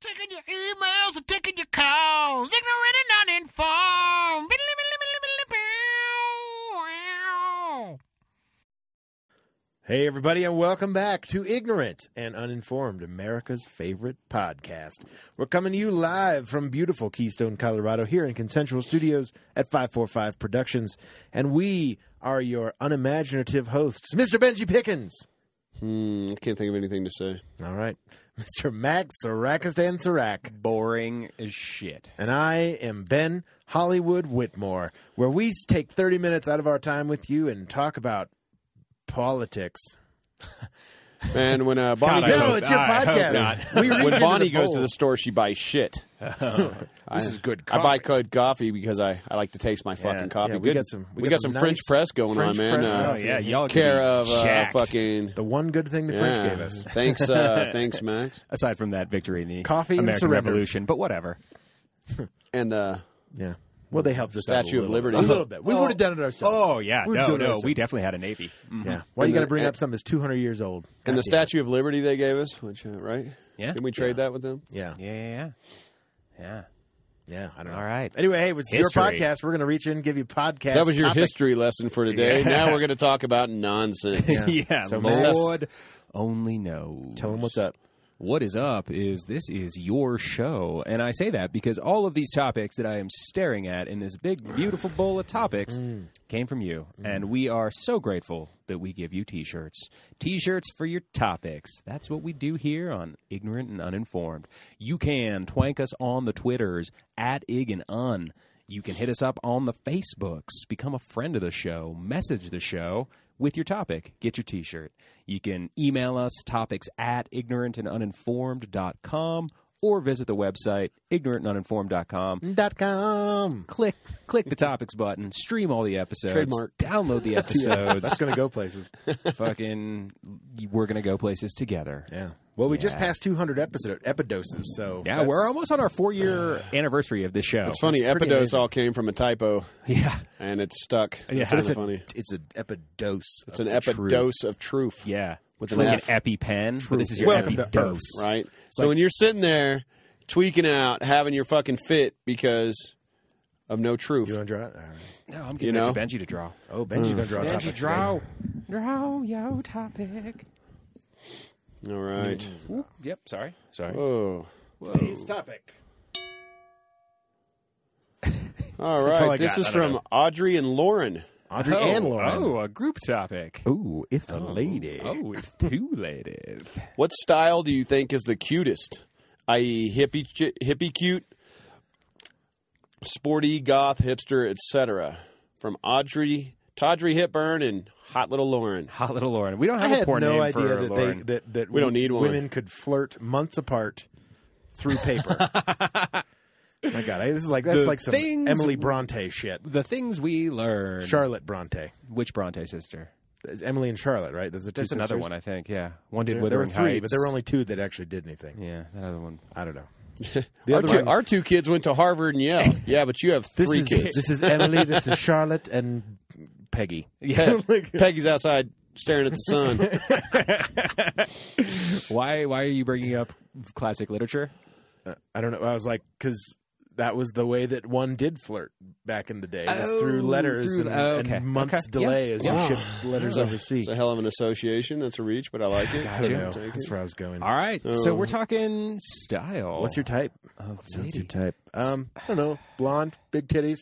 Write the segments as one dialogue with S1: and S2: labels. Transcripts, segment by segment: S1: Taking your emails and taking your calls. Ignorant and uninformed.
S2: Hey, everybody, and welcome back to Ignorant and Uninformed, America's favorite podcast. We're coming to you live from beautiful Keystone, Colorado, here in Consensual Studios at 545 Productions. And we are your unimaginative hosts, Mr. Benji Pickens.
S3: Hmm, I can't think of anything to say.
S2: All right, Mr. Max Sarakistan Sarak.
S4: boring as shit.
S2: And I am Ben Hollywood Whitmore, where we take 30 minutes out of our time with you and talk about politics.
S3: And when uh, Bonnie,
S4: I
S3: goes,
S2: no,
S4: hope-
S2: it's your
S4: I hope
S2: podcast.
S4: not.
S2: We read
S3: when
S2: into
S3: Bonnie
S2: the
S3: goes
S2: poll.
S3: to the store, she buys shit.
S2: This
S3: I-
S2: is good
S3: I
S2: coffee.
S3: buy code coffee because I, I like to taste my fucking coffee.
S2: Yeah, we
S3: Good.
S2: got some- we
S3: We,
S2: got
S3: got,
S2: some
S3: some
S2: nice
S3: French press going
S2: French
S3: on, man.
S2: press
S3: Uh,
S4: Oh
S2: coffee.
S4: yeah, y'all
S3: care
S4: could be
S3: of uh,
S4: jacked.
S3: fucking.
S2: The one good thing the
S3: yeah.
S2: French gave us.
S3: Thanks, uh, thanks, Max,
S4: Aside from that victory in the
S2: Coffee and
S4: American
S2: surrender.
S4: Revolution, but whatever.
S3: and uh, the
S2: Yeah. Well, they helped us out.
S3: Statue
S2: a
S3: of
S2: little
S3: Liberty.
S2: bit. A little bit. We
S4: Oh.
S2: would have done it ourselves.
S4: Oh yeah,
S2: We're
S4: no,
S2: doing
S4: no,
S2: ourselves.
S4: we definitely had a navy. Mm.
S2: Yeah. Why you got to
S3: the-
S2: bring up
S3: Oh. and-
S2: something that's 200 years old?
S3: and
S2: God
S3: the
S2: damn it.
S3: Statue of Liberty they gave us, which uh, right?
S4: Yeah.
S3: Can we trade that with them?
S2: Yeah.
S4: Yeah, yeah, yeah. yeah.
S2: Yeah. I don't know.
S4: All right.
S2: Anyway, hey, it's your
S4: History.
S2: podcast. We're going to reach in, give you podcast.
S3: That was your
S2: topic.
S3: history lesson for today.
S4: Yeah.
S3: Now we're going to talk about nonsense.
S4: Yeah,
S2: So
S4: the
S2: Max-
S4: Lord only knows.
S2: Tell them what's up.
S4: What is up is this is your show. And I say that because all of these topics that I am staring at in this big, beautiful bowl of topics came from you. And we are so grateful that we give you t shirts. T shirts for your topics. That's what we do here on Ignorant and Uninformed. You can twank us on the Twitters at Ig and Un. You can hit us up on the Facebooks, become a friend of the show, message the show with your topic. Get your t shirt. You can email us topics at ignorantanduninformed.com or visit the website ignorantanduninformed.com.
S2: Dot com.
S4: Click click the topics button, stream all the episodes,
S3: Trademark.
S4: download the
S2: That's
S4: episodes.
S2: going to go places.
S4: Fucking we're going to go places together.
S2: Yeah. Well, we just
S4: Yeah.
S2: passed 200 episode epidoses, so
S4: Yeah,
S2: that's-
S4: we're almost on our 4-year anniversary of this show.
S3: It's funny.
S2: That's pretty
S3: Epidos
S2: amazing.
S3: all came from a typo,
S4: Yeah.
S3: and it's stuck.
S4: Yeah,
S3: That's kinda
S4: it's a-
S3: funny.
S2: It's an epidose.
S3: It's an epidose of truth.
S4: Yeah.
S3: With an
S4: like an
S3: F.
S4: EpiPen. But this is your
S2: Welcome to
S4: EpiDose.
S2: Earth,
S3: Right? so when you're sitting there tweaking out, having your fucking fit because of no truth.
S2: You want to draw it? All right.
S4: No, I'm
S3: You
S4: giving it to
S3: know?
S4: Benji to draw.
S2: Oh,
S3: Hmm.
S2: Benji's going to draw a topic. today.
S4: Draw yo topic.
S3: All right.
S4: Mm-hmm. Yep, sorry. Sorry.
S3: Oh.
S2: Today's topic.
S3: All
S4: That's all I
S3: right. This
S4: got.
S3: is
S4: I don't
S3: from
S4: know.
S3: Audrey and Lauren.
S2: Audrey and Lauren. Oh,
S4: Oh, a group topic.
S2: Ooh, if the lady.
S4: Oh, it's too late.
S3: What style do you think is the cutest? I.e., hippie, chi- hippie cute, sporty, goth, hipster, etc. From Audrey, Tawdry Hipburn, and Hot Little Lauren.
S4: Hot little Lauren. We don't
S2: I
S4: have a
S2: had
S4: poor
S2: no
S4: name
S2: idea
S4: for
S2: that
S4: Lauren.
S2: they that, that
S3: We don't need one.
S2: women could flirt months apart through paper. My God, I, this is like that's
S4: The
S2: like some
S4: things-
S2: Emily Bronte shit.
S4: the things we learn.
S2: Charlotte Bronte,
S4: Which Bronte sister?
S2: It's Emily and Charlotte, right? There's, the two
S4: There's another
S2: sisters.
S4: one, I think. Yeah, one did
S2: There, there were
S4: Wuthering
S2: three,
S4: Heights.
S2: but there were only two that actually did anything.
S4: yeah, that other one.
S2: I don't know. The
S3: Our
S2: other
S3: two,
S2: one-
S3: our two kids went to Harvard and Yale. Yeah, but you have
S2: this
S3: three
S2: is
S3: kids.
S2: this is Emily, this is Charlotte, and Peggy.
S4: Yeah.
S3: Pe- Peggy's outside staring at the sun.
S4: why? Why are you bringing up classic literature?
S2: I don't know. I was like, because that was the way that one did flirt back in the day, was through
S4: Oh,
S2: letters and,
S4: through- oh, okay.
S2: and months
S4: Okay.
S2: delay
S4: Yeah.
S2: as
S4: Yeah.
S2: you shipped letters overseas.
S3: It's a hell of an association. That's a reach, but I like it.
S2: I don't know.
S3: I'll take
S2: That's
S3: it.
S2: where I was going.
S4: All right,
S3: Oh.
S4: so we're talking style.
S2: Mm. What's your type?
S4: of
S2: What's your
S4: lady?
S2: type? Um, I don't know. Blonde, big titties.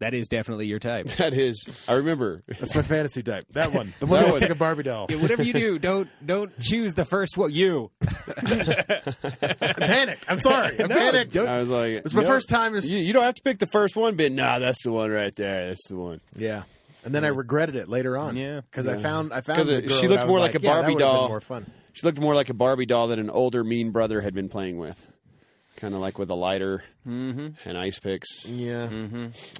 S4: That is definitely your type.
S3: That is. I remember.
S2: That's my fantasy type. That one. The one that looks like a Barbie doll.
S4: Yeah, whatever you do, don't don't choose the first one. You
S2: Panic. I'm sorry. I'm panicked. Uh,
S3: I was like,
S2: It's my
S3: no,
S2: first time. as-
S3: You, you don't have to pick the first one, but nah, that's the one right there. That's the one.
S2: Yeah. And then I regretted it later on.
S4: Yeah.
S2: Because I found I
S3: 'Cause
S2: found
S3: it-
S2: the girl
S3: she
S2: that
S3: looked
S2: I was
S3: more like a
S2: yeah, that
S3: Barbie
S2: would've been
S3: doll.
S2: More fun.
S3: She looked more like a Barbie doll that an older mean brother had been playing with, kind of like with a lighter
S2: Mm-hmm.
S3: and ice picks.
S2: Yeah.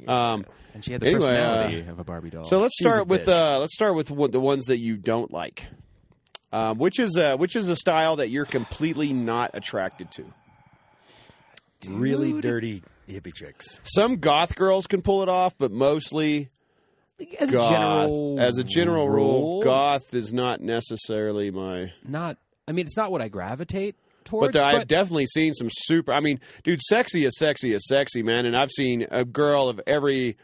S3: Um,
S4: and she had the
S3: Anyway,
S4: personality of a Barbie doll.
S3: so let's
S2: She was a
S3: start with
S2: bitch.
S3: uh, let's start with what, the ones that you don't like. Um, which is uh, which is a style that you're completely not attracted to.
S2: Really dirty hippie chicks.
S3: Some goth girls can pull it off, but mostly
S4: as
S3: goth. as a general rule, goth is not necessarily my.
S4: not. I mean, it's not what I gravitate towards.
S3: but there- I've definitely seen some super. I mean, dude, sexy is sexy is sexy, man. And I've seen a girl of every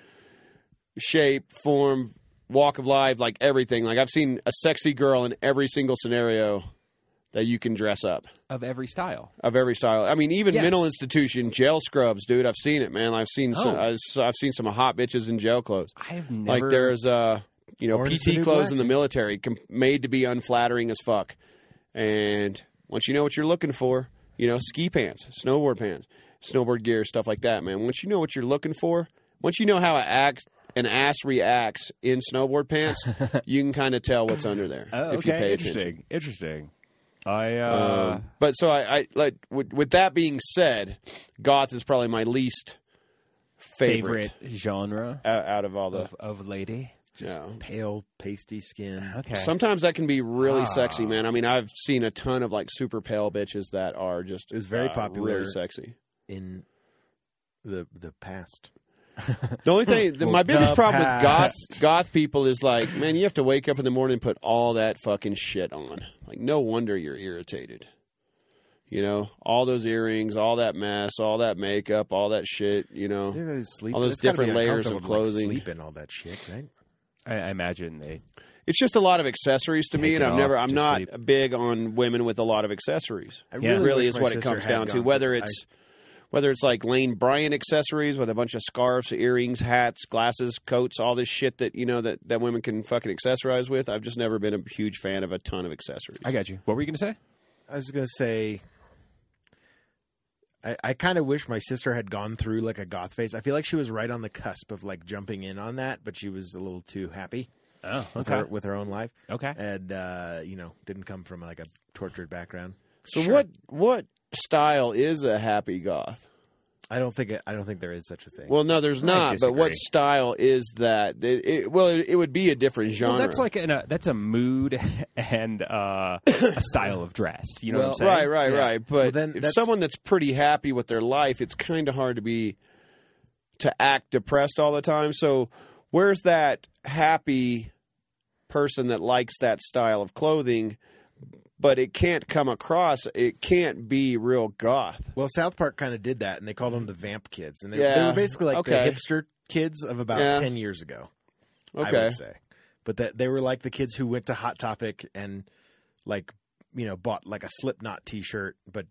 S3: shape, form, walk of life, like everything. Like I've seen a sexy girl in every single scenario that you can dress up
S4: of every style.
S3: of every style. I mean, even
S4: Yes.
S3: mental institution, jail scrubs, dude. I've seen it, man. I've seen some.
S4: Oh.
S3: I've, I've seen some hot bitches in jail clothes.
S4: I have never.
S3: Like there's uh you know
S2: Orange is the
S3: PT
S2: New
S3: clothes
S2: Black.
S3: in the military com- made to be unflattering as fuck. And once you know what you're looking for, you know, ski pants, snowboard pants, snowboard gear, stuff like that, man. Once you know what you're looking for, once you know how a act, an ass reacts in snowboard pants, you can kind of tell what's under there
S4: Oh,
S3: if you
S4: okay,
S3: pay attention.
S4: interesting, interesting. I uh,
S3: Um, but so I, I like with, with that being said, goth is probably my least favorite,
S4: favorite genre
S3: Out, out of all the
S4: of, of lady.
S3: you know.
S2: Pale, pasty skin.
S4: Okay,
S3: Sometimes that can be really sexy,
S2: Ah.
S3: man. I mean, I've seen a ton of like super pale bitches that are just
S2: It was very
S3: uh,
S2: popular.
S3: really sexy.
S2: in the the past.
S3: The only thing, the- my
S2: Well,
S3: biggest
S2: the
S3: problem with goth
S2: past.
S3: goth people is like, man, you have to wake up in the morning and put all that fucking shit on. Like, no wonder you're irritated. You know, all those earrings, all that mess, all that makeup, all that shit. You know,
S2: Yeah, they sleep-
S3: Oh. All those
S2: it's gotta be
S3: different layers of
S2: uncomfortable to, like,
S3: clothing.
S2: sleep and all that shit, right?
S4: I, I imagine they.
S3: it's just a lot of accessories to me,
S4: Take
S3: and
S4: it
S3: I've never,
S4: off
S3: I'm
S4: to
S3: not
S4: sleep.
S3: big on women with a lot of accessories.
S2: I
S4: Yeah.
S3: It
S4: really
S3: really
S2: wish
S3: is
S2: my
S3: what it
S2: sister
S3: comes
S2: had
S3: down to.
S2: gone
S3: Whether
S2: I-
S3: it's whether it's like Lane Bryant accessories with a bunch of scarves, earrings, hats, glasses, coats, all this shit that you know that, that women can fucking accessorize with. I've just never been a huge fan of a ton of accessories.
S4: I got you. What were you going to say?
S2: I was gonna say, I, I kind of wish my sister had gone through like a goth phase. I feel like she was right on the cusp of like jumping in on that, but she was a little too happy
S4: Oh,
S2: with her with her own life,
S4: Okay.
S2: and uh, you know, didn't come from like a tortured background.
S3: so
S4: Sure.
S3: what what style is a happy goth?
S2: I don't think it, I don't think there is such a thing.
S3: Well, no, there's not. But what
S4: disagree.
S3: style is that? It, it, well, it, it would be a different genre.
S4: Well, that's like an, uh, that's a mood and uh, a style of dress. You know
S2: Well,
S4: what I'm saying?
S3: Right, right,
S2: Yeah.
S3: right. But
S2: Well, then
S3: if
S2: that's-
S3: someone that's pretty happy with their life, it's kind of hard to be to act depressed all the time. So where's that happy person that likes that style of clothing, but it can't come across? It can't be real goth.
S2: Well, South Park kind of did that, and they called them the Vamp Kids, and they, they
S3: Yeah.
S2: were basically like
S3: Okay.
S2: the hipster kids of about
S3: Yeah.
S2: ten years ago. I
S3: Okay,
S2: would say, but that they were like the kids who went to Hot Topic and like you know bought like a Slipknot T-shirt, but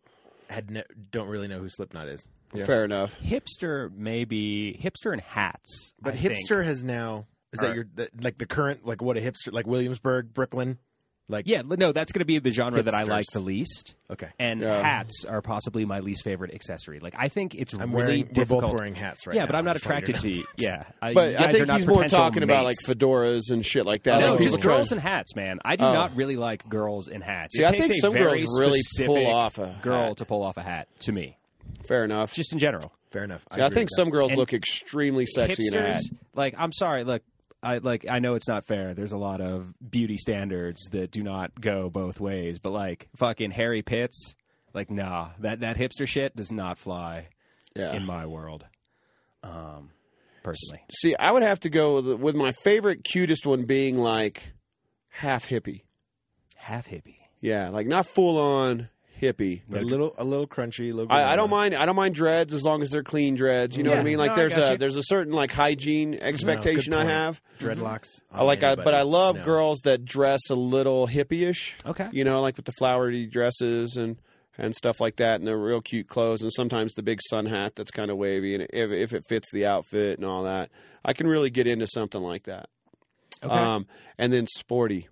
S2: had ne- don't really know who Slipknot is.
S3: fair enough.
S4: Hipster, maybe hipster and hats.
S2: But
S4: I think.
S2: hipster has now is that
S4: Alright.
S2: your that, like the current like what a hipster like Williamsburg, Brooklyn, like
S4: Yeah, li- no, that's going to be the genre that I like
S2: Hipsters.
S4: the least.
S2: okay.
S4: And
S3: Yeah.
S4: hats are possibly my least favorite accessory. Like I think it's
S2: I'm
S4: really
S2: wearing
S4: difficult.
S2: we're both wearing hats right
S4: yeah,
S2: now.
S4: but I'm not
S2: just wanted
S4: attracted to
S2: know.
S4: you. Yeah, Uh,
S3: But
S4: you
S3: I
S4: guys
S3: think
S4: are not
S3: he's more
S4: potential
S3: talking about like
S4: mates.
S3: fedoras and shit like that.
S4: No,
S3: Like,
S4: just
S3: people trying-
S4: girls in hats, man. I do
S3: Oh.
S4: not really like girls in hats.
S3: See,
S4: it
S3: I
S4: takes
S3: think
S4: a
S3: some
S4: very
S3: girls really
S4: specific
S3: pull off a
S4: girl
S3: hat.
S4: to pull off a hat to me,
S3: Fair enough.
S4: just in general.
S2: Fair enough.
S3: Yeah, I
S2: agree
S3: think
S2: with
S3: some girls
S4: And
S3: look extremely sexy in a hat.
S4: Hipsters, like I'm sorry, look, I like I know it's not fair. There's a lot of beauty standards that do not go both ways, but like fucking Harry Pitts, like nah, that that hipster shit does not fly
S3: Yeah.
S4: in my world. Um, personally,
S3: See, I would have to go with, with my favorite, cutest one being like half hippie.
S4: half hippie.
S3: Yeah, like not full on hippie.
S2: that. a little a little crunchy. A little uh,
S3: I, I don't mind. I don't mind dreads as long as they're clean dreads. You know what
S4: Yeah,
S3: I mean? Like
S4: no, I
S3: there's
S4: got
S3: a
S4: you.
S3: there's a certain like hygiene expectation I
S2: point.
S3: have.
S2: dreadlocks.
S3: Mm-hmm. I like, I, but I love
S2: girls.
S3: girls that dress a little hippie-ish.
S4: Okay,
S3: You know, like with the flowery dresses and and stuff like that, and the real cute clothes, and sometimes the big sun hat that's kind of wavy, and if if it fits the outfit and all that, I can really get into something like that.
S4: okay.
S3: Um, and then sporty.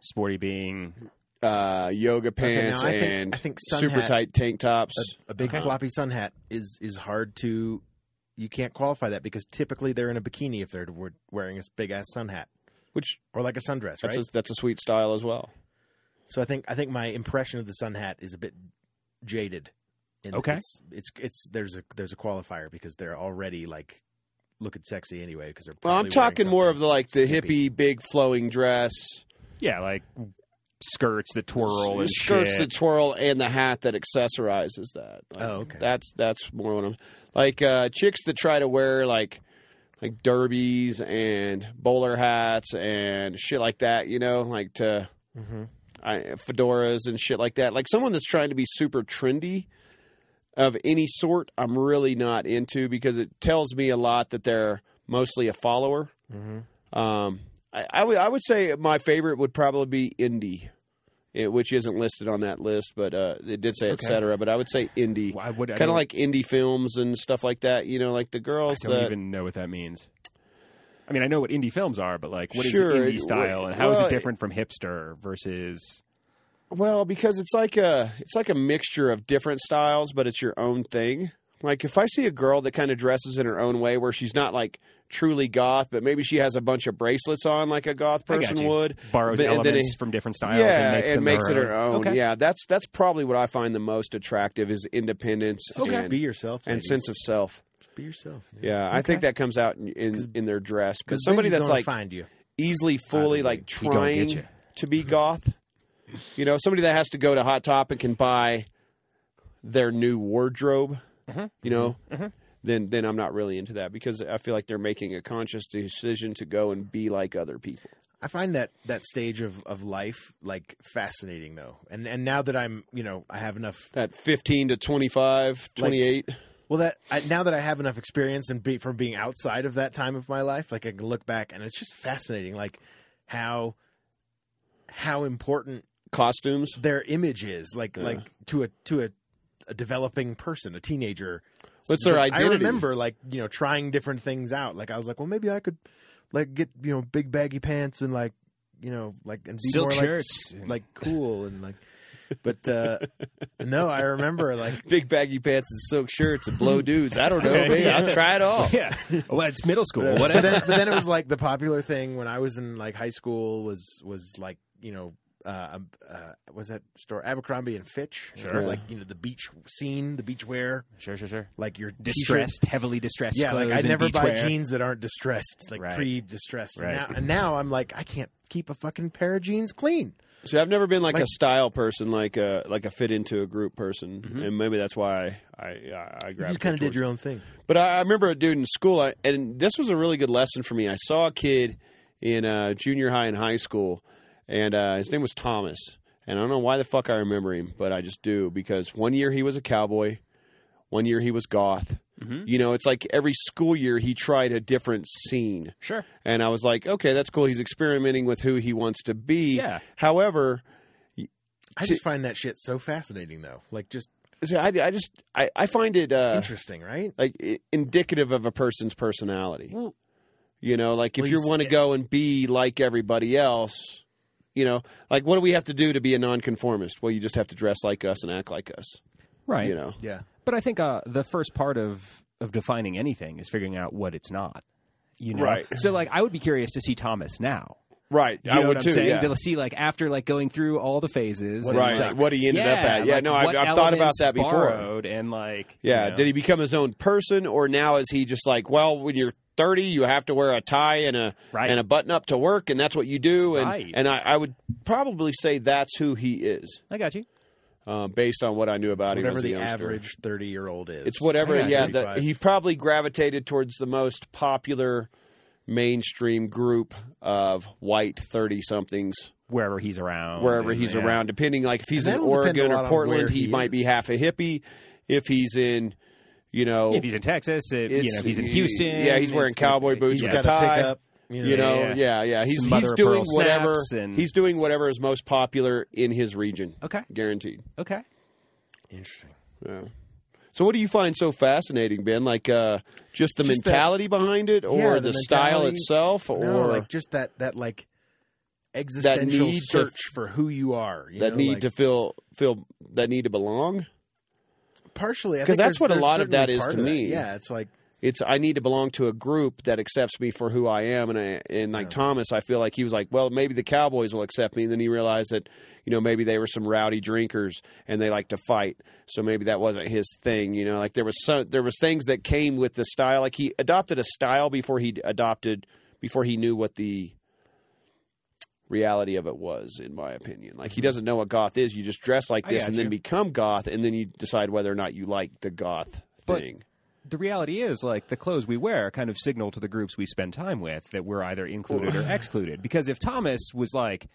S4: Sporty being
S3: uh, yoga
S2: Okay, now
S3: pants
S2: I think-
S3: and
S2: I think sun
S3: super
S2: hat-
S3: tight tank tops.
S2: a, a big floppy sun hat is is hard to you can't qualify that because typically they're in a bikini if they're we- wearing a big ass sun hat
S3: which
S2: or like a sundress,
S3: that's
S2: right?
S3: a, that's a sweet style as well.
S2: so I think I think my impression of the sun hat is a bit jaded. And
S4: Okay.
S2: it's, it's it's there's a there's a qualifier because they're already like looking sexy anyway because they're.
S3: Well, I'm
S2: probably
S3: talking
S2: wearing
S3: more of
S2: something
S3: the like the
S2: skimpy.
S3: hippie big flowing dress,
S4: yeah, like skirts that twirl and
S3: skirts
S4: shit.
S3: that twirl, and the hat that accessorizes that. Like,
S2: Oh, okay.
S3: That's that's more what I'm like uh, chicks that try to wear like like derbies and bowler hats and shit like that. You know, like to.
S2: Mhm.
S3: I, fedoras and shit like that. Like someone that's trying to be super trendy of any sort, I'm really not into because it tells me a lot that they're mostly a follower.
S4: Mm-hmm.
S3: Um, I, I would I would say my favorite would probably be indie, eh, which isn't listed on that list, but uh, it did say
S4: okay.
S3: etc. But I would say indie,
S4: Why would I
S3: kind of
S4: don't-
S3: like indie films and stuff like that. You know, like the
S4: I
S3: girls
S4: don't
S3: that
S4: even know what that means. I mean, I know what indie films are, but like, what is
S3: Sure,
S4: indie
S3: it-
S4: style, and how is
S3: well,
S4: it different from hipster versus?
S3: Well, because it's like a it's like a mixture of different styles, but it's your own thing. Like if I see a girl that kind of dresses in her own way, where she's not like truly goth, but maybe she has a bunch of bracelets on, like a goth
S4: I got
S3: person
S4: you.
S3: would,
S4: borrows
S3: Th- and then
S4: elements
S3: it-
S4: from different styles
S3: yeah,
S4: and makes
S3: it
S4: them
S3: makes
S4: their
S3: it her own.
S4: Okay.
S3: Yeah, that's that's probably what I find the most attractive is independence
S2: Just be
S3: and,
S2: yourself.
S3: and
S2: ladies.
S3: sense of self.
S2: Just be yourself.
S3: Yeah, I think that comes out in in, in their dress. But
S2: Because
S3: somebody that's like
S2: find you.
S3: easily, fully like
S4: he gonna get
S3: trying
S4: ya.
S3: to be goth. You know, somebody that has to go to Hot Topic and buy their new wardrobe.
S4: Mm-hmm.
S3: You know, then then I'm not really into that because I feel like they're making a conscious decision to go and be like other people.
S2: I find that that stage of, of life like fascinating though, and and now that I'm you know I have enough
S3: That 15 to 25, 28.
S2: well that I, now that I have enough experience and be, from being outside of that time of my life, like I can look back and it's just fascinating, like how how important
S3: costumes.
S2: their image is, like
S3: Yeah.
S2: like to a to a, a developing person, a teenager.
S3: What's their
S2: Like, I
S3: identity?
S2: remember like you know trying different things out. Like I was like, well, maybe I could like get you know big baggy pants and like you know like and be
S4: Silk
S2: more
S4: shirts.
S2: like s- like cool and like. But uh no, I remember like
S3: Big baggy pants and silk shirts and blow dudes. I don't know, man. I'll try it all.
S4: Yeah. Well, it's middle school.
S2: But
S4: Whatever.
S2: then, but then it was like the popular thing when I was in like high school was was like you know. Uh, um, uh, was that store Abercrombie and Fitch? It was
S4: Sure.
S2: like you know the beach scene, the beach wear,
S4: sure, sure, sure.
S2: like your t-shirt.
S4: Distressed, heavily distressed.
S2: Yeah, like
S4: clothes
S2: I
S4: and
S2: never buy
S4: beachwear.
S2: jeans that aren't distressed, like
S4: Right.
S2: pre-distressed.
S4: Right.
S2: And, now, and now I'm like, I can't keep a fucking pair of jeans clean.
S3: See, I've never been like,
S2: Like-
S3: a style person, like a like a fit into a group person,
S4: Mhm.
S3: and maybe that's why I I, I
S2: Mm-hmm. You
S3: grabbed.
S2: just kind of did
S3: it towards-
S2: your own thing.
S3: But I, I remember a dude in school, I, and this was a really good lesson for me. I saw a kid in uh, junior high and high school, and uh, his name was Thomas. And I don't know why the fuck I remember him, but I just do because one year he was a cowboy, one year he was goth.
S2: Mm-hmm.
S4: Mhm.
S3: You know, it's like every school year he tried a different scene.
S4: Sure.
S3: And I was like, okay, that's cool. He's experimenting with who he wants to be.
S4: Yeah.
S3: However,
S2: I
S3: See-
S2: just find that shit so fascinating, though. Like, just
S3: see, I, I just I, I find it uh,
S2: interesting, right?
S3: like i- indicative of a person's personality.
S2: Well-
S3: you know, like if
S2: Well,
S3: you
S2: you s-
S3: want to go and be like everybody else, you know, like what do we have to do to be a nonconformist? Well, you just have to dress like us and act like us.
S4: Right.
S3: You know,
S2: Yeah,
S4: But I think uh, the first part of of defining anything is figuring out what it's not. You know.
S3: Right.
S4: So like, I would be curious to see Thomas now.
S3: right?
S4: You
S3: I
S4: know
S3: would
S4: what I'm
S3: too.
S4: saying?
S3: yeah.
S4: To see like after like going through all the phases. and,
S3: Right.
S4: like,
S3: What he ended up at? Yeah.
S4: like,
S3: no, I've,
S4: what
S3: I've thought about
S4: elements
S3: that before.
S4: borrowed and like,
S3: Yeah.
S4: you know.
S3: Did he become his own person, or now is he just like, well, when you're 30, you have to wear a tie and a
S4: Right.
S3: and a button up to work, and that's what you do. And
S4: Right.
S3: and I, I would probably say that's who he is,
S4: I got you.
S3: um, based on what I knew about him.
S2: whatever
S3: as a
S2: the
S3: youngster.
S2: average thirty-year-old is.
S3: It's whatever.
S4: I got
S3: Yeah,
S4: you.
S3: the,
S2: 35.
S3: he probably gravitated towards the most popular mainstream group of white 30 somethings
S4: Wherever he's around.
S3: wherever
S4: and,
S3: he's
S4: Oh, yeah.
S3: around depending like if he's
S2: And
S3: in
S2: that'll depend a
S3: Oregon
S2: lot
S3: or
S2: on
S3: Portland
S2: where
S3: he,
S2: he
S3: might be
S2: is.
S3: half a hippie if he's in you know
S4: If he's in Texas, if, you
S3: it's-
S4: know, if he's in
S3: he-
S4: Houston.
S3: yeah, he's wearing
S4: it's uh, gonna-
S3: cowboy boots
S2: He's
S3: with
S2: got
S3: a
S2: to
S3: tie.
S2: pick up, you know.
S3: you know,
S4: yeah.
S3: yeah, yeah. He's
S4: Some mother
S3: he's
S4: of
S3: doing
S4: pearl
S3: whatever
S4: snaps and-
S3: he's doing whatever is most popular in his region.
S4: Okay.
S3: guaranteed.
S4: Okay.
S2: Interesting.
S3: Yeah. So, what do you find so fascinating, Ben? Like, uh, just the
S2: Just that-
S3: mentality behind it, or
S2: Yeah,
S3: the,
S2: the
S3: style
S2: mentality.
S3: itself, or
S2: no, like just that that like existential
S3: need to-
S2: search for who you are. you
S3: that
S2: know,
S3: need
S2: like,
S3: to feel feel that need to belong?
S2: partially I
S3: 'Cause
S2: think
S3: that's
S2: there's-
S3: what a
S2: there's
S3: lot of
S2: certainly
S3: that is
S2: part
S3: to
S2: of that.
S3: me.
S2: Yeah, it's like
S3: It's I need to belong to a group that accepts me for who I am, and I, and like
S2: Yeah.
S3: Thomas, I feel like he was like, well, maybe the Cowboys will accept me, and then he realized that you know maybe they were some rowdy drinkers and they like to fight, so maybe that wasn't his thing. You know, like there was some there was things that came with the style. Like he adopted a style before he adopted before he knew what the reality of it was, in my opinion. Like he doesn't know what goth is. You just dress like
S4: Mm-hmm. I
S3: this
S4: got
S3: and then
S4: you.
S3: become goth, and then you decide whether or not you like the goth
S4: But-
S3: thing.
S4: The reality is, like, the clothes we wear kind of signal to the groups we spend time with that we're either included or excluded. Because if Thomas was like,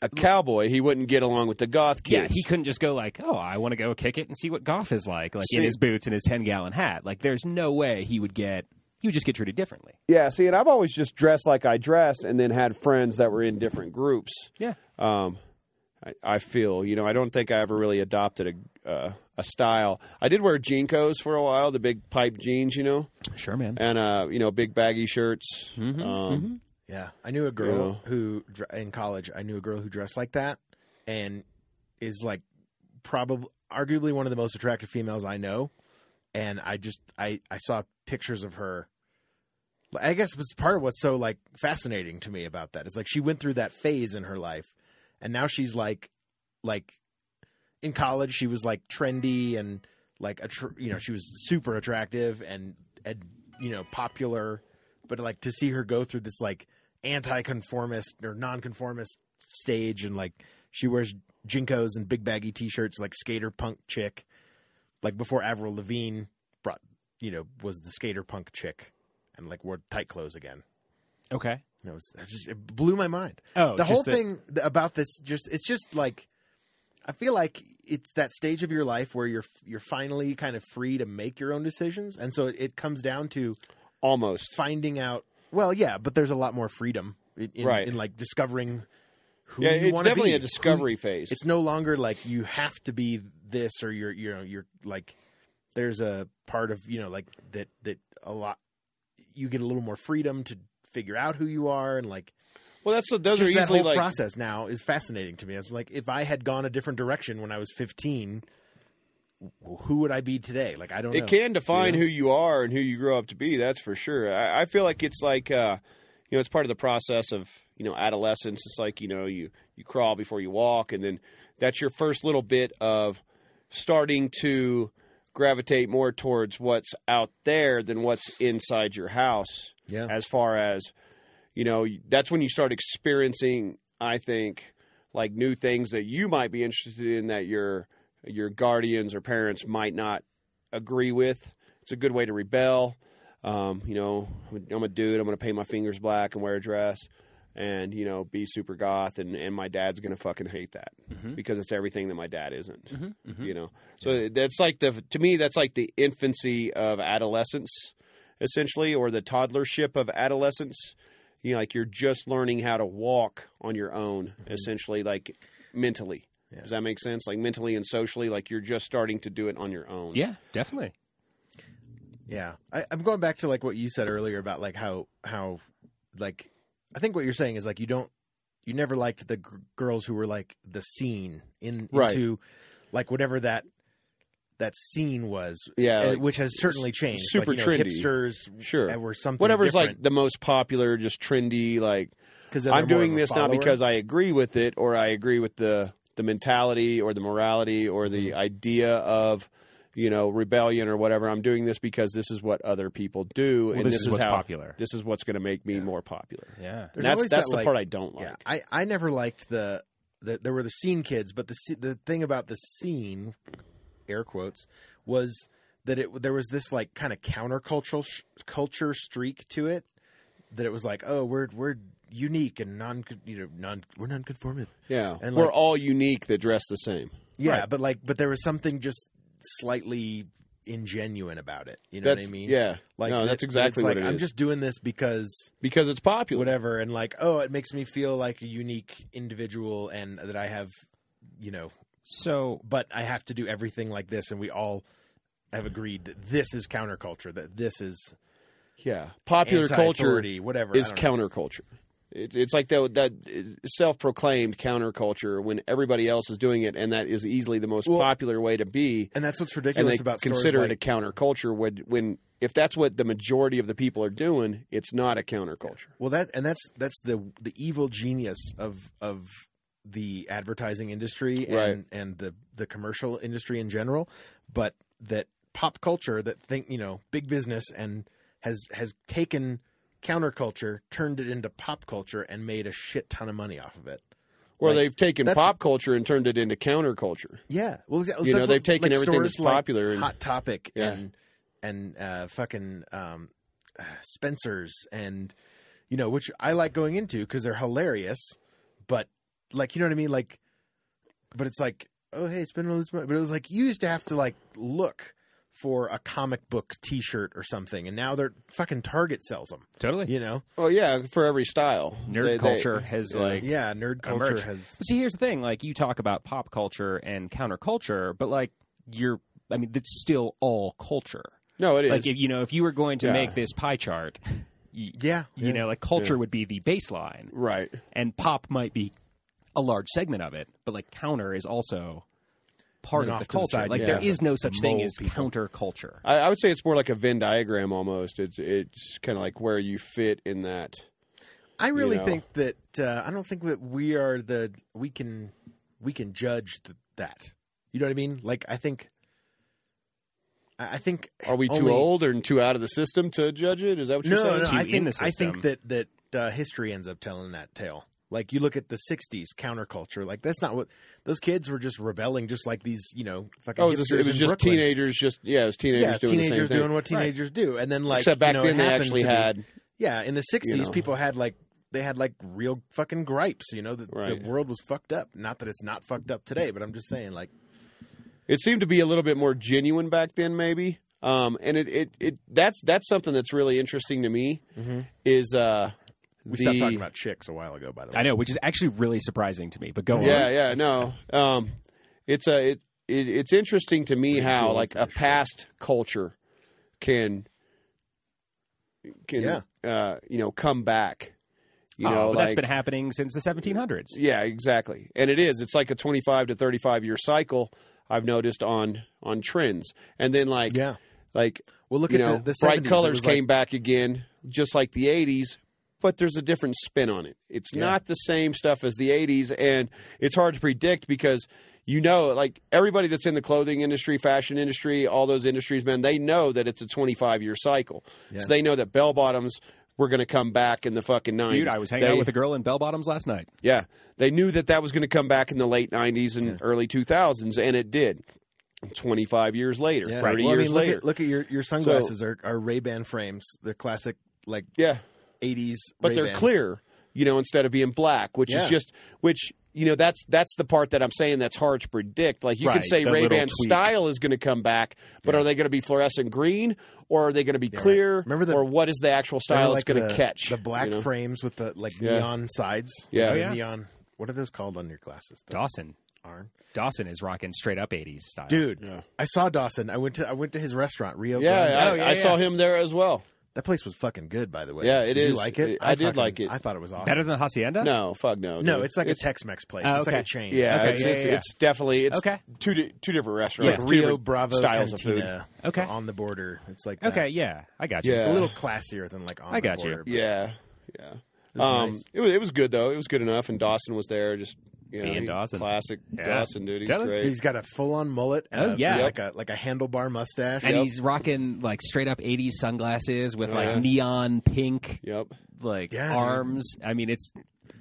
S3: a cowboy, he wouldn't get along with the goth
S4: Yeah,
S3: kids.
S4: he couldn't just go like, "Oh, I want to go kick it and see what golf is like," like in
S3: See-
S4: his boots and his ten gallon hat. Like, there's no way he would get. He would just get treated differently.
S3: yeah. See, and I've always just dressed like I dressed, and then had friends that were in different groups.
S4: Yeah.
S3: um, I, I feel. You know, I don't think I ever really adopted a uh, a style. I did wear jinkos for a while, the big pipe jeans, you know,
S4: Sure, man.
S3: and uh, you know, big baggy shirts.
S2: Mm-hmm,
S3: um,
S2: Yeah, I knew a girl who dr- in college. I knew a girl who dressed like that, and is like probably arguably one of the most attractive females I know. And I just I I saw pictures of her. I guess it's part of what's so like fascinating to me about that. It's like she went through that phase in her life, and now she's like, like, in college she was like trendy and like a you know she was super attractive and and you know popular, but like to see her go through this like anti-conformist or non-conformist stage and like she wears jinkos and big baggy t-shirts like skater punk chick like before avril lavigne brought you know was the skater punk chick and like wore tight clothes again
S4: Okay.
S2: and it was it just it blew my mind
S4: Oh,
S2: the
S4: just
S2: whole thing th- about this just it's just like i feel like it's that stage of your life where you're you're finally kind of free to make your own decisions and so it, it comes down to
S3: Almost.
S2: finding out. Well, yeah, but there's a lot more freedom in, in,
S3: Right.
S2: in like discovering who
S3: Yeah,
S2: you
S3: it's
S2: want to be.
S3: definitely a
S2: Who-
S3: discovery phase.
S2: it's no longer like you have to be this or you're you know you're like there's a part of you know like that that a lot you get a little more freedom to figure out who you are and like
S3: well, that's those
S2: just
S3: are
S2: that
S3: easily
S2: whole
S3: like
S2: process now is fascinating to me. It's like if I had gone a different direction when I was 15, wh- who would I be today? Like I don't know.
S3: it can define
S2: Yeah.
S3: who you are and who you grow up to be. That's for sure. I, I feel like it's like uh, you know, it's part of the process of you know adolescence. It's like you know you you crawl before you walk, and then that's your first little bit of starting to gravitate more towards what's out there than what's inside your house.
S2: Yeah.
S3: As far as you know, that's when you start experiencing. I think like new things that you might be interested in that your your guardians or parents might not agree with. It's a good way to rebel. Um, you know, I'm a- I'm a dude. I'm going to paint my fingers black and wear a dress, and you know, be super goth. And, and my dad's going to fucking hate that
S2: Mm-hmm.
S3: because it's everything that my dad isn't. You know, so that's like the to me that's like the infancy of adolescence, essentially, or the toddlership of adolescence. You know, like you're just learning how to walk on your own, essentially, like mentally.
S2: Mm-hmm. Yeah.
S3: Does that make sense? Like mentally and socially, like you're just starting to do it on your own.
S4: Yeah, definitely.
S2: Yeah, I, I'm going back to like what you said earlier about like how how like I think what you're saying is like you don't you never liked the g- girls who were like the scene in
S3: Right.
S2: into like whatever that that scene was,
S3: Yeah.
S2: uh,
S3: like-
S2: which has certainly changed.
S3: super
S2: like, you know,
S3: trendy.
S2: hipsters
S3: Sure.
S2: that were something
S3: whatever's like the most popular, just trendy. Like
S2: because
S3: I'm doing this not because I agree with it or I agree with the the mentality or the morality or the
S2: Mm-hmm.
S3: idea of you know rebellion or whatever. I'm doing this because this is what other people do,
S4: Well,
S3: and
S4: this
S3: this,
S4: is what's
S3: how
S4: popular.
S3: This is what's going to make me more popular.
S4: Yeah.
S2: There's
S3: And that's
S2: always
S3: that's
S2: that,
S3: the
S2: like-
S3: part I don't like.
S2: yeah I I never liked the, the there were the scene kids, but the se- the thing about the scene air quotes was that it there was this like kind of countercultural sh- culture streak to it that it was like oh we're we're unique and non you know non we're nonconformist
S3: Yeah,
S2: And
S3: we're
S2: like-
S3: all unique that dress the same.
S2: yeah
S3: Right.
S2: but like but there was something just slightly ingenuine about it you know
S3: That's-
S2: what I mean
S3: Yeah,
S2: like
S3: no,
S2: that-
S3: that's
S2: that it's
S3: exactly
S2: like
S3: what it
S2: I'm
S3: is.
S2: just doing this because
S3: because it's popular.
S2: whatever and like oh it makes me feel like a unique individual and that i have you know
S4: So
S2: but i have to do everything like this and we all have agreed that this is counterculture that this is
S3: Yeah, popular culture
S2: anti-authority, whatever
S3: is
S2: I don't know.
S3: counterculture. It, it's like that that self-proclaimed counterculture when everybody else is doing it, and that is easily the most
S2: Well-
S3: popular way to be.
S2: and that's what's
S3: And
S2: ridiculous
S3: they
S2: about stories
S3: consider
S2: like,
S3: it a counterculture when, when if that's what the majority of the people are doing, it's not a counterculture.
S2: Well, that and that's that's the the evil genius of of the advertising industry and
S3: Right.
S2: and the the commercial industry in general, but that pop culture that think you know big business and has has taken counterculture, turned it into pop culture, and made a shit ton of money off of it.
S3: Or
S2: Like,
S3: they've taken
S2: that's-
S3: pop culture and turned it into counterculture.
S2: Yeah, well, that's
S3: You know,
S2: what-
S3: they've taken
S2: like,
S3: everything
S2: stores
S3: that's
S2: like
S3: popular and-
S2: Hot Topic
S3: Yeah.
S2: and and uh, fucking um, uh, Spencers and you know, which I like going into because they're hilarious, but like you know what I mean? Like, but it's like, oh hey, spend all this money. But it was like you used to have to like look for a comic book T-shirt or something, and now they're fucking Target sells them.
S4: Totally.
S2: You know?
S3: Well, Oh, yeah, for every style.
S4: Nerd
S3: They- they-
S4: culture has
S3: yeah.
S4: like
S2: Yeah, nerd culture
S4: merch.
S2: has.
S4: But see, here's the thing: like you talk about pop culture and counterculture, but like you're, I mean, that's still all culture.
S3: No, it is.
S4: Like if you know, if you were going to
S3: Yeah.
S4: make this pie chart, you,
S2: Yeah,
S4: you know, like culture would be the baseline,
S3: right.
S4: and pop might be a large segment of it, but like counter is also part
S2: And
S4: of
S2: off
S4: the
S2: to the
S4: culture.
S2: side,
S4: like
S2: yeah,
S4: there
S2: the-
S4: is no such thing
S2: mole
S4: as counterculture.
S3: I, I would say it's more like a Venn diagram almost. It's it's kind of like where you fit in that.
S2: I really
S3: know.
S2: think that uh, I don't think that we are the we can we can judge th- that. You know what I mean? Like I think I, I think
S3: Are we too
S2: only-
S3: old and too out of the system to judge it? Is that what Oh, you're
S2: No,
S3: saying?
S2: no,
S4: too
S2: I
S4: in
S2: think
S4: the
S2: I
S4: system.
S2: think that that uh, history ends up telling that tale. Like you look at the '60s counterculture, like that's not what those kids were just rebelling, just like these, you know, fucking.
S3: Oh, it was, just,
S2: hipsters
S3: it was
S2: in
S3: just
S2: Brooklyn.
S3: teenagers. Just yeah, it was teenagers
S2: Yeah,
S3: doing the same
S2: teenagers
S3: thing.
S2: doing what teenagers do, and then like
S3: Except back
S2: you know, it
S3: then they
S2: happened
S3: actually
S2: to be-
S3: had
S2: Yeah, in the '60s,
S3: know.
S2: people had like they had like real fucking gripes. You know, that
S3: Right.
S2: the world was fucked up. Not that it's not fucked up today, but I'm just saying, like,
S3: It seemed to be a little bit more genuine back then, maybe. Um, and it, it, it that's that's something that's really interesting to me
S2: Mm-hmm.
S3: is uh,
S2: we
S3: the-
S2: stopped talking about chicks a while ago. By the way,
S4: I know, which is actually really surprising to me. But go
S3: yeah
S4: on.
S3: yeah no um, it's a it, it it's interesting to me how
S2: old
S3: like
S2: for
S3: a
S2: this shit.
S3: past culture can can
S2: Yeah.
S3: uh, you know come back you
S4: Oh,
S3: know like
S4: but that's been happening since the 1700s.
S3: Yeah, exactly. And it is. It's like a 25 to 35 year cycle I've noticed on on trends. And then like
S2: Yeah.
S3: like
S2: Well, look
S3: you
S2: at
S3: know,
S2: the- the
S3: bright
S2: 70s, it
S3: colors
S2: was like-
S3: came back again just like the 80s, but there's a different spin on it. It's not the same stuff as the 80s and it's hard to predict because you know like everybody that's in the clothing industry, fashion industry, all those industries man, they know that it's a 25 year cycle. So they know that bell bottoms were going to come back in the fucking 90s.
S4: Dude, I was hanging
S3: They-
S4: out with a girl in bell bottoms last night.
S3: yeah, they knew that that was going to come back in the late '90s and early 2000s, and it did. Twenty-five years later,
S2: Yeah.
S3: thirty
S2: Well, I
S3: years
S2: mean,
S3: later,
S2: Look at, look at your your sunglasses are, are Ray Ban frames. They're classic, like
S3: yeah,
S2: '80s,
S3: but they're
S2: Ray-Bans.
S3: clear, you know, instead of being black, which
S2: Yeah.
S3: is just which you know that's that's the part that I'm saying that's hard to predict. Like you
S4: Right,
S3: could say
S4: the
S3: Ray
S4: little
S3: Ban
S4: tweak.
S3: style is going to come back, but are they going to be fluorescent green or are they going to be clear?
S2: Remember the-
S3: or what is the actual
S2: They're
S3: style it's
S2: like
S3: going to
S2: the-
S3: catch?
S2: the black
S3: you know?
S2: frames with the like
S3: Yeah.
S2: neon sides. Like,
S3: Yeah. Oh,
S2: the
S4: yeah.
S2: neon. What are those called on your glasses? The
S4: Dawson.
S2: iron?
S4: Dawson is rocking straight up 80s style.
S2: Dude,
S3: Yeah.
S2: I saw Dawson. I went to I went to his restaurant, Rio.
S3: Yeah,
S2: Grande.
S3: I,
S4: Oh, yeah,
S3: I saw
S4: yeah.
S3: him there as well.
S2: That place was fucking good, by the way.
S3: Yeah, it
S2: it is. did
S3: is.
S2: You like it?
S3: It- I did
S2: fucking-
S3: like it.
S2: I thought it was awesome.
S4: Better than Hacienda?
S3: No, fuck no.
S2: no,
S3: dude.
S2: it's like a Tex-Mex place.
S4: Oh,
S2: It's like
S4: okay.
S2: a chain.
S3: Yeah,
S4: Okay,
S3: it's,
S4: yeah,
S3: it's,
S4: yeah, yeah.
S3: it's definitely it's
S4: Okay.
S3: two di- two different
S2: It's like
S3: restaurants, two
S2: Rio
S3: different
S2: Bravo
S3: styles of food.
S2: Cantina.
S4: Okay.
S2: on the border. It's like that.
S4: Okay, yeah. I got you.
S3: Yeah.
S2: It's a little classier than like on
S4: I got
S2: the
S4: you.
S2: border. but-
S3: Yeah, yeah. It
S2: was
S3: um,
S2: nice.
S3: it was it was good though. It was good enough, and Dawson was there, just you know,
S4: Being
S3: he-
S4: Dawson.
S3: classic
S4: Yeah.
S3: Dawson dude. He's
S4: Tell him.
S3: great.
S2: Dude, he's got a full-on mullet. And
S4: Oh,
S2: a,
S4: yeah.
S2: like a like a handlebar mustache.
S4: And
S3: Yep.
S4: he's rocking like straight up 80s sunglasses with like
S3: Yeah.
S4: neon pink
S3: yep.
S4: like
S2: Yeah, dude.
S4: arms. I mean, it's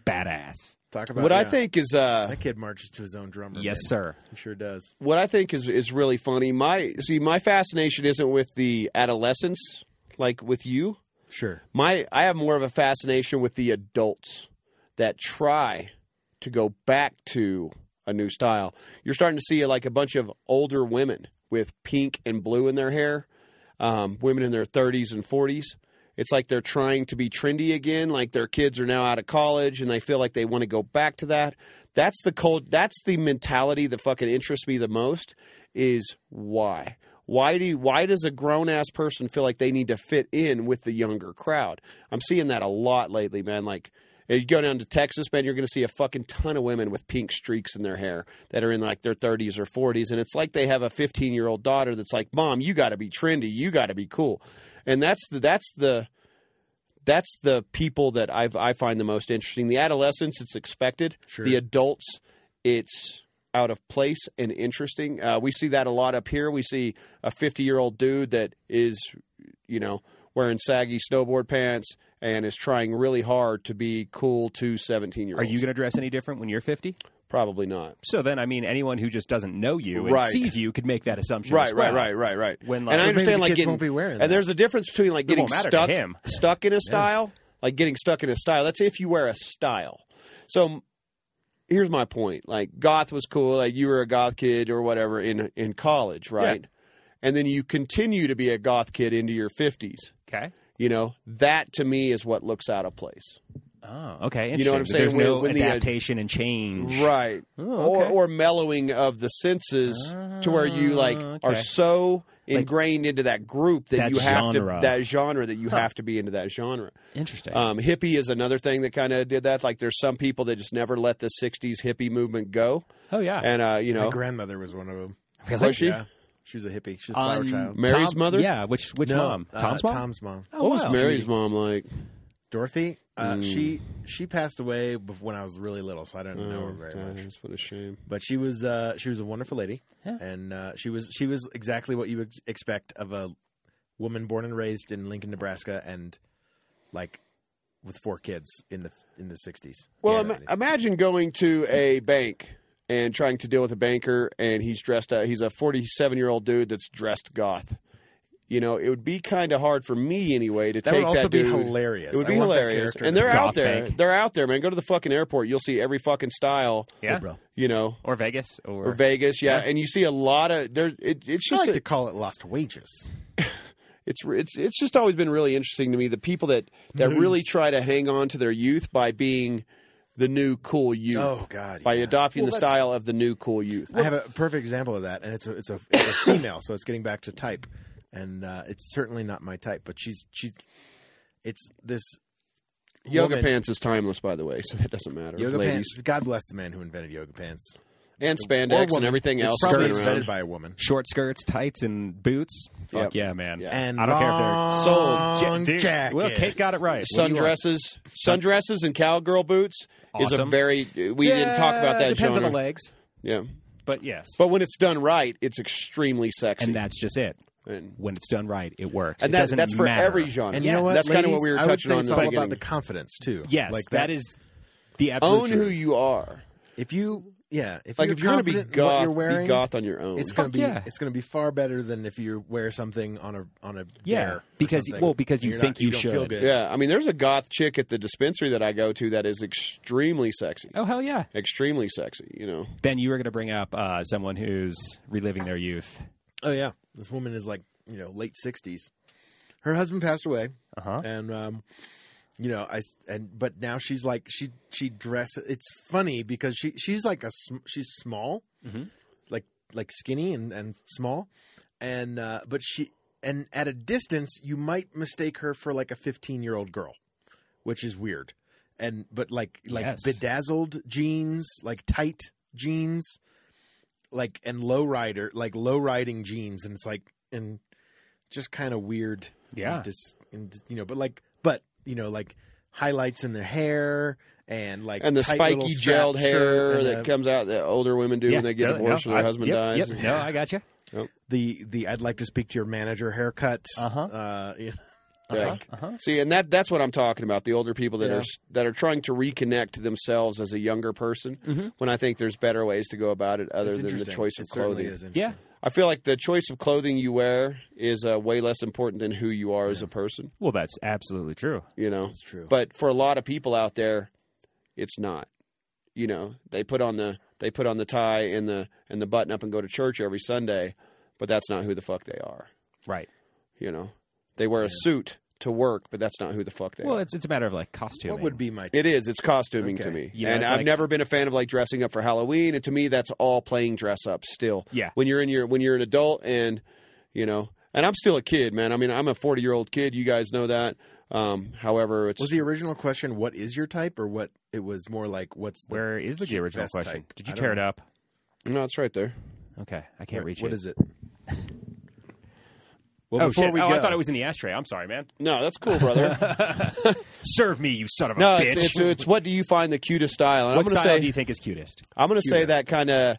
S4: badass.
S2: Talk about
S3: What I
S2: yeah.
S3: think is uh,
S2: That kid marches to his own drummer.
S4: Yes,
S2: man.
S4: sir.
S2: He sure does.
S3: what I think is is really funny. My see, my fascination isn't with the adolescence, like with you.
S2: Sure.
S3: My I have more of a fascination with the adults that try to go back to a new style. You're starting to see like a bunch of older women with pink and blue in their hair, um, women in their 30s and 40s. It's like they're trying to be trendy again. Like their kids are now out of college and they feel like they want to go back to that. That's the cold. That's the mentality that fucking interests me the most. Is why. Why do you, why does a grown ass person feel like they need to fit in with the younger crowd? I'm seeing that a lot lately, man. Like if you go down to Texas, man, you're going to see a fucking ton of women with pink streaks in their hair that are in like their 30s or 40s, and it's like they have a 15 year old daughter that's like, "Mom, you got to be trendy, you got to be cool," and that's the that's the that's the people that I I find the most interesting. The adolescents, it's expected.
S2: Sure.
S3: The adults, it's out of place and interesting. Uh, we see that a lot up here. We see a 50 year old dude that is, you know, wearing saggy snowboard pants and is trying really hard to be cool to 17 year
S4: Are
S3: olds.
S4: you going to dress any different when you're 50?
S3: Probably not.
S4: So then, I mean, anyone who just doesn't know you and
S3: Right.
S4: sees you could make that assumption.
S3: Right,
S4: as well.
S3: right, right, right, right.
S4: When, like-
S3: and I
S4: But maybe
S3: understand
S2: the
S3: like
S2: kids
S3: getting
S2: won't be wearing that.
S3: and there's a difference between like getting
S4: won't matter to
S3: stuck
S4: him.
S3: stuck in a style, like getting stuck in a style. That's if you wear a style. So here's my point. Like goth was cool. Like you were a goth kid or whatever in in college, right? And then you continue to be a goth kid into your fifties.
S4: Okay.
S3: You know that to me is what looks out of place,
S4: Oh, okay.
S3: You know what I'm
S4: interesting.
S3: saying?
S4: There's
S3: When-
S4: no
S3: when the, uh,
S4: adaptation and change.
S3: right?
S4: Oh, okay.
S3: Or or mellowing of the senses to where you like
S4: Ah,
S3: are
S4: okay.
S3: so ingrained into that group that,
S4: That
S3: you have
S4: genre.
S3: to that genre that you have to be into that genre.
S4: Interesting.
S3: Um, hippie is another thing that kind of did that. Like there's some people that just never let the '60s hippie movement go,
S4: oh yeah.
S3: and uh, you
S2: My
S3: know,
S2: grandmother was one of them.
S3: Was she?
S2: Yeah. She was a hippie. She's a flower
S4: On
S2: child.
S3: Mary's
S4: Tom-
S3: mother?
S4: Yeah. Which which
S2: No,
S4: mom?
S2: uh,
S4: Tom's mom.
S2: Tom's mom.
S4: Oh,
S3: What was
S4: wow.
S3: Mary's mom like?
S2: Dorothy. Uh,
S3: Mm.
S2: She she passed away bef- when I was really little, so I don't know
S3: Oh,
S2: her very much.
S3: That's what a shame.
S2: But she was uh, she was a wonderful lady,
S4: Yeah.
S2: and uh, she was she was exactly what you ex- expect of a woman born and raised in Lincoln, Nebraska, and like with four kids in the in the sixties.
S3: Well, ima- imagine going to a bank and trying to deal with a banker, and he's dressed. Uh, he's a forty-seven-year-old dude that's dressed goth. You know, it would be kind of hard for me anyway to
S2: that
S3: take
S2: would also
S3: that
S2: be
S3: dude.
S2: hilarious.
S3: It would
S2: I
S3: be
S2: want that
S3: hilarious,
S2: character
S3: and
S2: to-
S3: they're
S4: Goth
S3: out there.
S4: bank.
S3: They're out there, man. Go to the fucking airport. You'll see every fucking style.
S4: Yeah.
S2: bro.
S3: You know,
S4: Or Vegas. Or,
S3: or Vegas, yeah, and you see a lot of there. It, it's
S2: I
S3: just
S2: like
S3: a-
S2: to call it lost wages.
S3: it's it's it's just always been really interesting to me the people that that really try to hang on to their youth by being the new cool youth.
S2: Oh, God,
S3: by
S2: yeah.
S3: adopting
S2: Well,
S3: the
S2: that's-
S3: style of the new cool youth.
S2: I have a perfect example of that, and it's a it's a, it's a female, so it's getting back to type, and uh, it's certainly not my type. But she's she's it's this
S3: yoga
S2: woman-
S3: pants is timeless, by the way, so that doesn't matter.
S2: Yoga
S3: ladies
S2: pants. God bless the man who invented yoga pants.
S3: and
S2: Or
S3: spandex
S2: woman.
S3: and everything
S2: It's
S3: else.
S2: probably
S3: going around.
S2: invented by a woman.
S4: short skirts, tights, and boots.
S3: Yep.
S4: Fuck yeah, man.
S3: Yeah.
S2: And
S4: I don't care if they're
S2: long
S4: Ja- dude,
S2: jacket.
S4: Well, Kate got it right. What do you want?
S3: Sundresses, sundresses, and cowgirl boots is a
S4: Awesome.
S3: very. We didn't talk about
S4: Yeah,
S3: that.
S4: Depends
S3: genre.
S4: on the legs,
S3: Yeah,
S4: but yes.
S3: but when it's done right, it's extremely sexy.
S4: and that's just it.
S3: And-
S4: When it's done right, it works.
S3: and
S4: it
S3: that,
S4: doesn't
S3: that's for
S4: matter.
S3: every genre.
S2: And you know what?
S3: That's kind of what
S2: ladies?
S3: we were
S2: I would
S3: touching
S2: say
S3: on.
S2: It's
S3: in
S2: all
S3: the beginning.
S2: about the confidence too.
S4: Yes,
S2: like
S4: that is the absolute
S3: own
S4: truth.
S3: who you are.
S2: If you, yeah, if
S3: Like
S2: you're
S3: if you're gonna be
S2: confident in what
S3: goth,
S2: you're wearing,
S3: be goth on your own.
S2: it's gonna
S4: Fuck
S2: be
S4: yeah.
S2: it's gonna be far better than if you wear something on a on a
S4: Yeah,
S2: dare or
S4: because-
S2: something.
S4: well, because you
S2: You're
S4: think
S2: not, you
S4: you
S2: don't feel
S4: should.
S2: good.
S3: yeah, I mean, there's a goth chick at the dispensary that I go to that is extremely sexy,
S4: Oh hell yeah!
S3: extremely sexy. You know,
S4: Ben, you were going to bring up uh, someone who's reliving their youth.
S2: Oh yeah, this woman is like you know late sixties. Her husband passed away,
S4: Uh huh.
S2: and um, you know I s- and but now she's like she she dresses. It's funny because she she's like a sm- she's small,
S4: Mhm.
S2: like like skinny and and small, and uh, but she and at a distance you might mistake her for like a fifteen year old girl, which is weird. And but like like
S4: Yes.
S2: bedazzled jeans, like tight jeans, like and low rider like low riding jeans and it's like and just kind of weird
S4: Yeah.
S2: and dis, and dis- you know but like but you know like highlights in their hair and like
S3: and the
S2: tight little
S3: spiky
S2: strap
S3: gelled
S2: shirt
S3: hair
S2: and
S3: that
S2: the,
S3: comes out that older women do when they get
S4: no,
S3: divorced
S4: no,
S3: or their
S4: I-
S3: husband
S4: yep,
S3: dies.
S4: Yep, no, I got you.
S2: the the I'd like to speak to your manager haircut
S4: Uh-huh.
S2: uh you know,
S3: Yeah.
S2: like,
S4: Uh huh.
S3: See, and that that's what I'm talking about. The older people that
S2: Yeah.
S3: are s- that are trying to reconnect to themselves as a younger person.
S4: Mhm.
S3: When I think there's better ways to go about it other
S2: it's
S3: than the
S2: interesting.
S3: choice of
S2: It certainly
S3: clothing.
S2: is interesting.
S4: Yeah.
S3: I feel like the choice of clothing you wear is uh, way less important than who you are as a person.
S4: Well, that's absolutely true.
S3: You know,
S2: that's true
S3: but for a lot of people out there, it's not. You know, they put on the they put on the tie and the and the button up and go to church every Sunday, but that's not who the fuck they are.
S4: Right.
S3: You know, they wear a suit to work, but that's not who the fuck they
S4: Well,
S3: are.
S4: it's it's a matter of like costume.
S2: what would be my
S3: It is. It's costuming to
S2: Okay.
S3: me,
S4: You know,
S3: and
S4: it's
S3: I've
S4: like-
S3: never been a fan of like dressing up for Halloween. And to me, that's all playing dress up. Still,
S4: Yeah.
S3: When you're in your when you're an adult, and you know, and I'm still a kid, man. I mean, I'm a 40 year old kid. You guys know that. Um, however, it's
S2: was the original question what is your type or what it was more like what's the
S4: Where is the, the original
S2: best
S4: question?
S2: type?
S4: Did you
S2: I
S4: tear
S2: don't
S4: it up?
S3: no, it's right there.
S4: Okay, I can't reach
S2: what
S4: it.
S2: is it well
S4: Oh
S2: before
S4: shit!
S2: we
S4: oh,
S2: go
S4: I thought it was in the ashtray. I'm sorry, man.
S3: No, that's cool, brother.
S4: Serve me, you son of a
S3: No,
S4: bitch.
S3: it's, it's it's what do you find the cutest style? And
S4: what
S3: I'm gonna
S4: style
S3: say
S4: do you think is cutest?
S3: I'm gonna say that kind of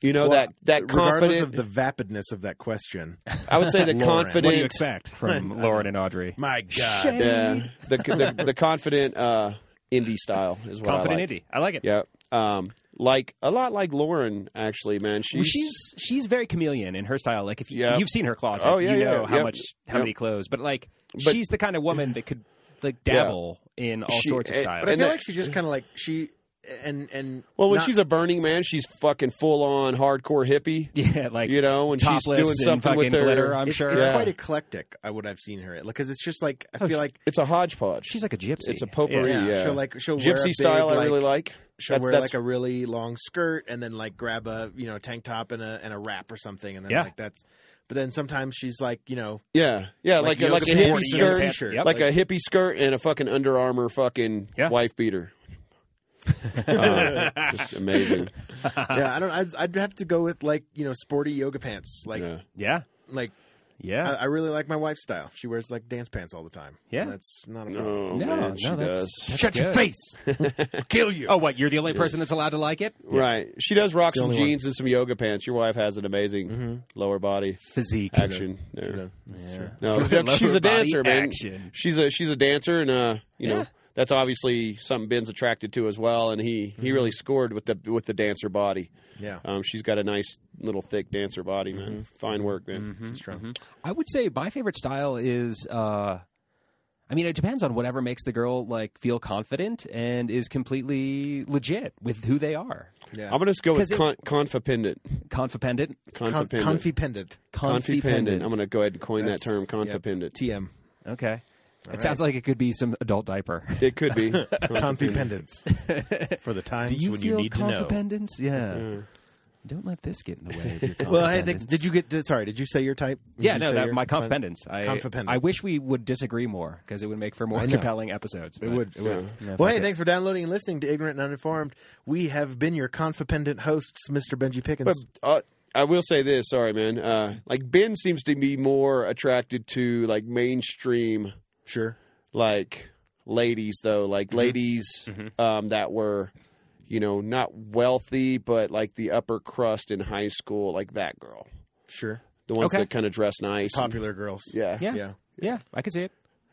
S3: you know
S2: Well,
S3: that that
S2: regardless
S3: confident.
S2: of the vapidness of that question
S3: I would say the
S2: Lauren.
S3: confident.
S4: What do you expect from Lauren and Audrey?
S2: My God.
S4: Shade.
S3: Yeah, the, the the confident uh, indie style is what
S4: Confident
S3: I like.
S4: indie. I like it.
S3: Yeah, um, like a lot like Lauren actually, man. She's,
S4: Well, she's she's very chameleon in her style. Like if you,
S3: Yeah.
S4: you've seen her closet,
S3: Oh, yeah,
S4: you
S3: yeah,
S4: know how
S3: yeah,
S4: much how
S3: yeah.
S4: many clothes. But like
S3: But-
S4: she's the kind of woman that could like dabble in all
S3: She-
S4: sorts of
S3: eh,
S4: styles.
S2: But I
S3: And
S2: feel
S3: that-
S2: like she just kind of like she and and
S3: Well, when
S2: not-
S3: she's a Burning Man, she's fucking full on hardcore hippie.
S4: Yeah, like
S3: You know, and she's
S4: topless
S3: doing
S4: and
S3: something with
S4: fucking
S3: her-
S4: glitter, I'm
S2: it's,
S4: sure.
S2: it's
S3: Yeah.
S2: quite eclectic. I would I've seen her because it's just
S4: Oh,
S2: like I feel like
S3: It's a hodgepodge.
S4: She's like a gypsy.
S3: it's a potpourri.
S2: yeah,
S3: Yeah,
S2: she'll like she'll wear a
S3: gypsy
S2: big,
S3: style. I really like.
S2: She'll
S3: That's-
S2: wear
S3: that's-
S2: like a really long skirt and then like grab a you know tank top and a and a wrap or something and then
S4: Yeah.
S2: like that's. But then sometimes she's like you know
S3: Yeah, yeah, like
S2: yoga
S3: like, a
S2: pants
S3: hippie
S2: and
S3: skirt,
S2: a t-shirt.
S4: Yep.
S3: like, a hippie skirt and a fucking Under Armour fucking
S4: Yeah.
S3: wife beater. Uh, just amazing.
S2: yeah I don't I'd, I'd have to go with like you know sporty yoga pants like
S3: Yeah.
S4: yeah,
S2: like
S4: yeah.
S2: I, I really like my wife's style she wears like dance pants all the time
S4: Yeah.
S2: And that's not a problem
S3: Oh,
S4: no,
S3: man,
S4: no,
S3: she
S4: that's,
S3: does.
S4: that's
S2: shut your
S4: good.
S2: face I'll kill you
S4: Oh, what? You're the only person that's allowed to like it.
S3: Right, she does rock
S2: the
S3: some
S2: only one.
S3: jeans and some yoga pants. Your wife has an amazing
S4: Mm-hmm.
S3: lower body
S4: Physique.
S3: action. there. No,
S4: Lower
S3: she's a
S4: body
S3: dancer, man.
S4: action.
S3: She's a she's a dancer, and uh, you know
S4: Yeah.
S3: that's obviously something Ben's attracted to as well. And he
S4: Mm-hmm.
S3: he really scored with the with the dancer body.
S2: yeah
S3: Um, she's got a nice little thick dancer body, man.
S4: Mm-hmm.
S3: Fine work, man.
S2: she's strong
S3: Mm-hmm.
S4: I would say my favorite style is. uh I mean, it depends on whatever makes the girl like feel confident and is completely legit with who they are.
S2: yeah
S3: I'm gonna just go with
S4: 'Cause it-
S3: con- confident.
S4: Confident,
S2: Con-
S3: Confident.
S2: comfy pendant
S3: Confident. I'm going to go ahead and coin
S2: That's-
S3: that term,
S2: yeah.
S3: confident.
S2: TM
S4: Okay. it sounds like it could be some adult diaper.
S3: It could be.
S2: comfy pendants for the times
S4: Do you
S2: when
S4: feel
S2: you need to know.
S4: confidence? Yeah. Don't let this get in the way of your
S2: Well, hey, th-
S4: confidence.
S2: did you get? Did, sorry, did you say your type? Did
S4: Yeah,
S2: you
S4: no,
S2: say
S4: that,
S2: your-
S4: my confidence. I,
S2: Confident.
S4: I wish we would disagree more because it would make for more
S2: I know.
S4: compelling episodes.
S2: It
S4: but-
S2: would. It would.
S4: Yeah, fuck
S2: well, hey,
S4: it.
S2: thanks for downloading and listening to Ignorant and Uninformed. We have been your confident hosts, Mr. Benji
S3: but
S2: Pickens.
S3: uh, I will say this. Sorry, man. Uh, like, Ben seems to be more attracted to, like, mainstream,
S2: sure.
S3: like, ladies, though. Like,
S2: Mm-hmm.
S3: ladies um, that were, you know, not wealthy, but, like, the upper crust in high school, like that girl.
S2: Sure.
S3: The ones
S4: Okay.
S3: that kind of dress nice. and-
S2: Popular girls.
S3: yeah.
S4: Yeah.
S2: Yeah.
S4: Yeah, I could see it.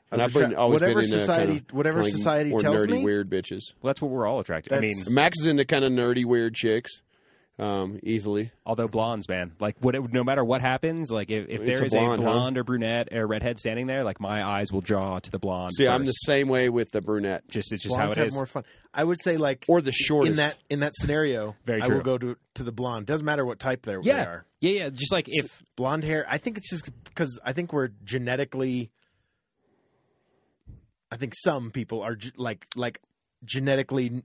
S3: And
S2: I
S3: I've
S2: was
S3: been,
S2: attra-
S3: always
S2: whatever
S3: been into
S2: society-
S3: kinda,
S2: whatever
S3: like,
S2: society
S3: more
S2: tells
S3: nerdy,
S2: me-
S3: weird bitches.
S4: Well, that's what we're all attracted. I mean,
S2: That's-
S3: Max is into kind of nerdy, weird chicks, um, easily.
S4: although blondes, man, like what, no matter what happens, like if, if
S3: It's
S4: there
S3: a
S4: is
S3: blonde, huh?
S4: or brunette or redhead standing there, like my eyes will draw to the blonde.
S3: See, i I'm the
S4: first.
S3: same way with the brunette
S4: just it's just
S2: Blondes
S4: how it
S2: have
S4: is.
S2: more fun. I would say like
S3: or the shortest.
S2: in that in that scenario,
S4: Very
S2: I will
S4: true.
S2: go to to the blonde. Doesn't matter what type they they
S4: yeah,
S2: are.
S4: yeah, yeah. Just like if
S2: Blonde hair. I think it's just because I think we're genetically. I think some people are ge- like like genetically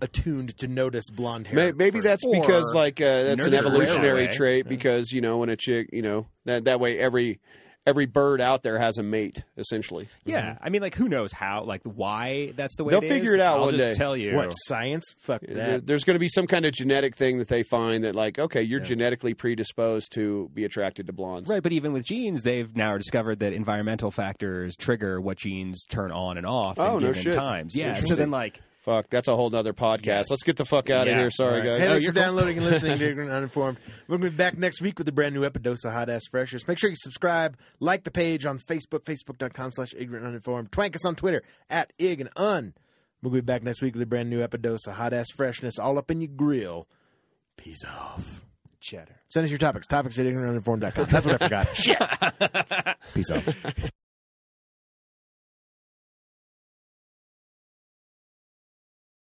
S2: attuned to notice blonde hair.
S3: May- maybe
S2: first.
S3: that's
S4: Or
S3: because like uh, that's an
S4: nurture
S3: evolutionary
S4: right away.
S3: trait because you know when a chick you know that that way every every bird out there has a mate essentially.
S4: Yeah,
S2: mm-hmm.
S4: I mean, like, who knows how, like, why that's the way
S3: They'll
S4: it
S3: figure
S4: is.
S3: it out
S4: I'll
S3: one
S4: just
S3: day.
S4: tell you.
S2: What science? Fuck
S3: There-
S2: that.
S3: There's going to be some kind of genetic thing that they find that like okay you're genetically predisposed to be attracted to blondes.
S4: Right, but even with genes, they've now discovered that environmental factors trigger what genes turn on and off
S3: Oh,
S4: in
S3: no
S4: given
S3: shit.
S4: times. Yeah, so
S3: Interesting.
S4: then, like,
S3: Fuck, that's a whole nother podcast.
S4: Yes.
S3: Let's get the fuck out
S4: Yeah.
S3: of here. Sorry
S2: Hey,
S3: guys.
S2: thanks for downloading and listening to Ignorant and Uninformed. We're going to be back next week with a brand new Epidose of Hot Ass Freshers. Make sure you subscribe, like the page on Facebook, facebook.com slash ignorant and uninformed. Twank us on Twitter at ig and un. We'll be back next week with a brand new Epidose of Hot Ass Freshness all up in your grill. Peace off.
S4: cheddar.
S2: Send us your topics, topics at ignorantuninformed.com. That's what I forgot. Shit. Peace off.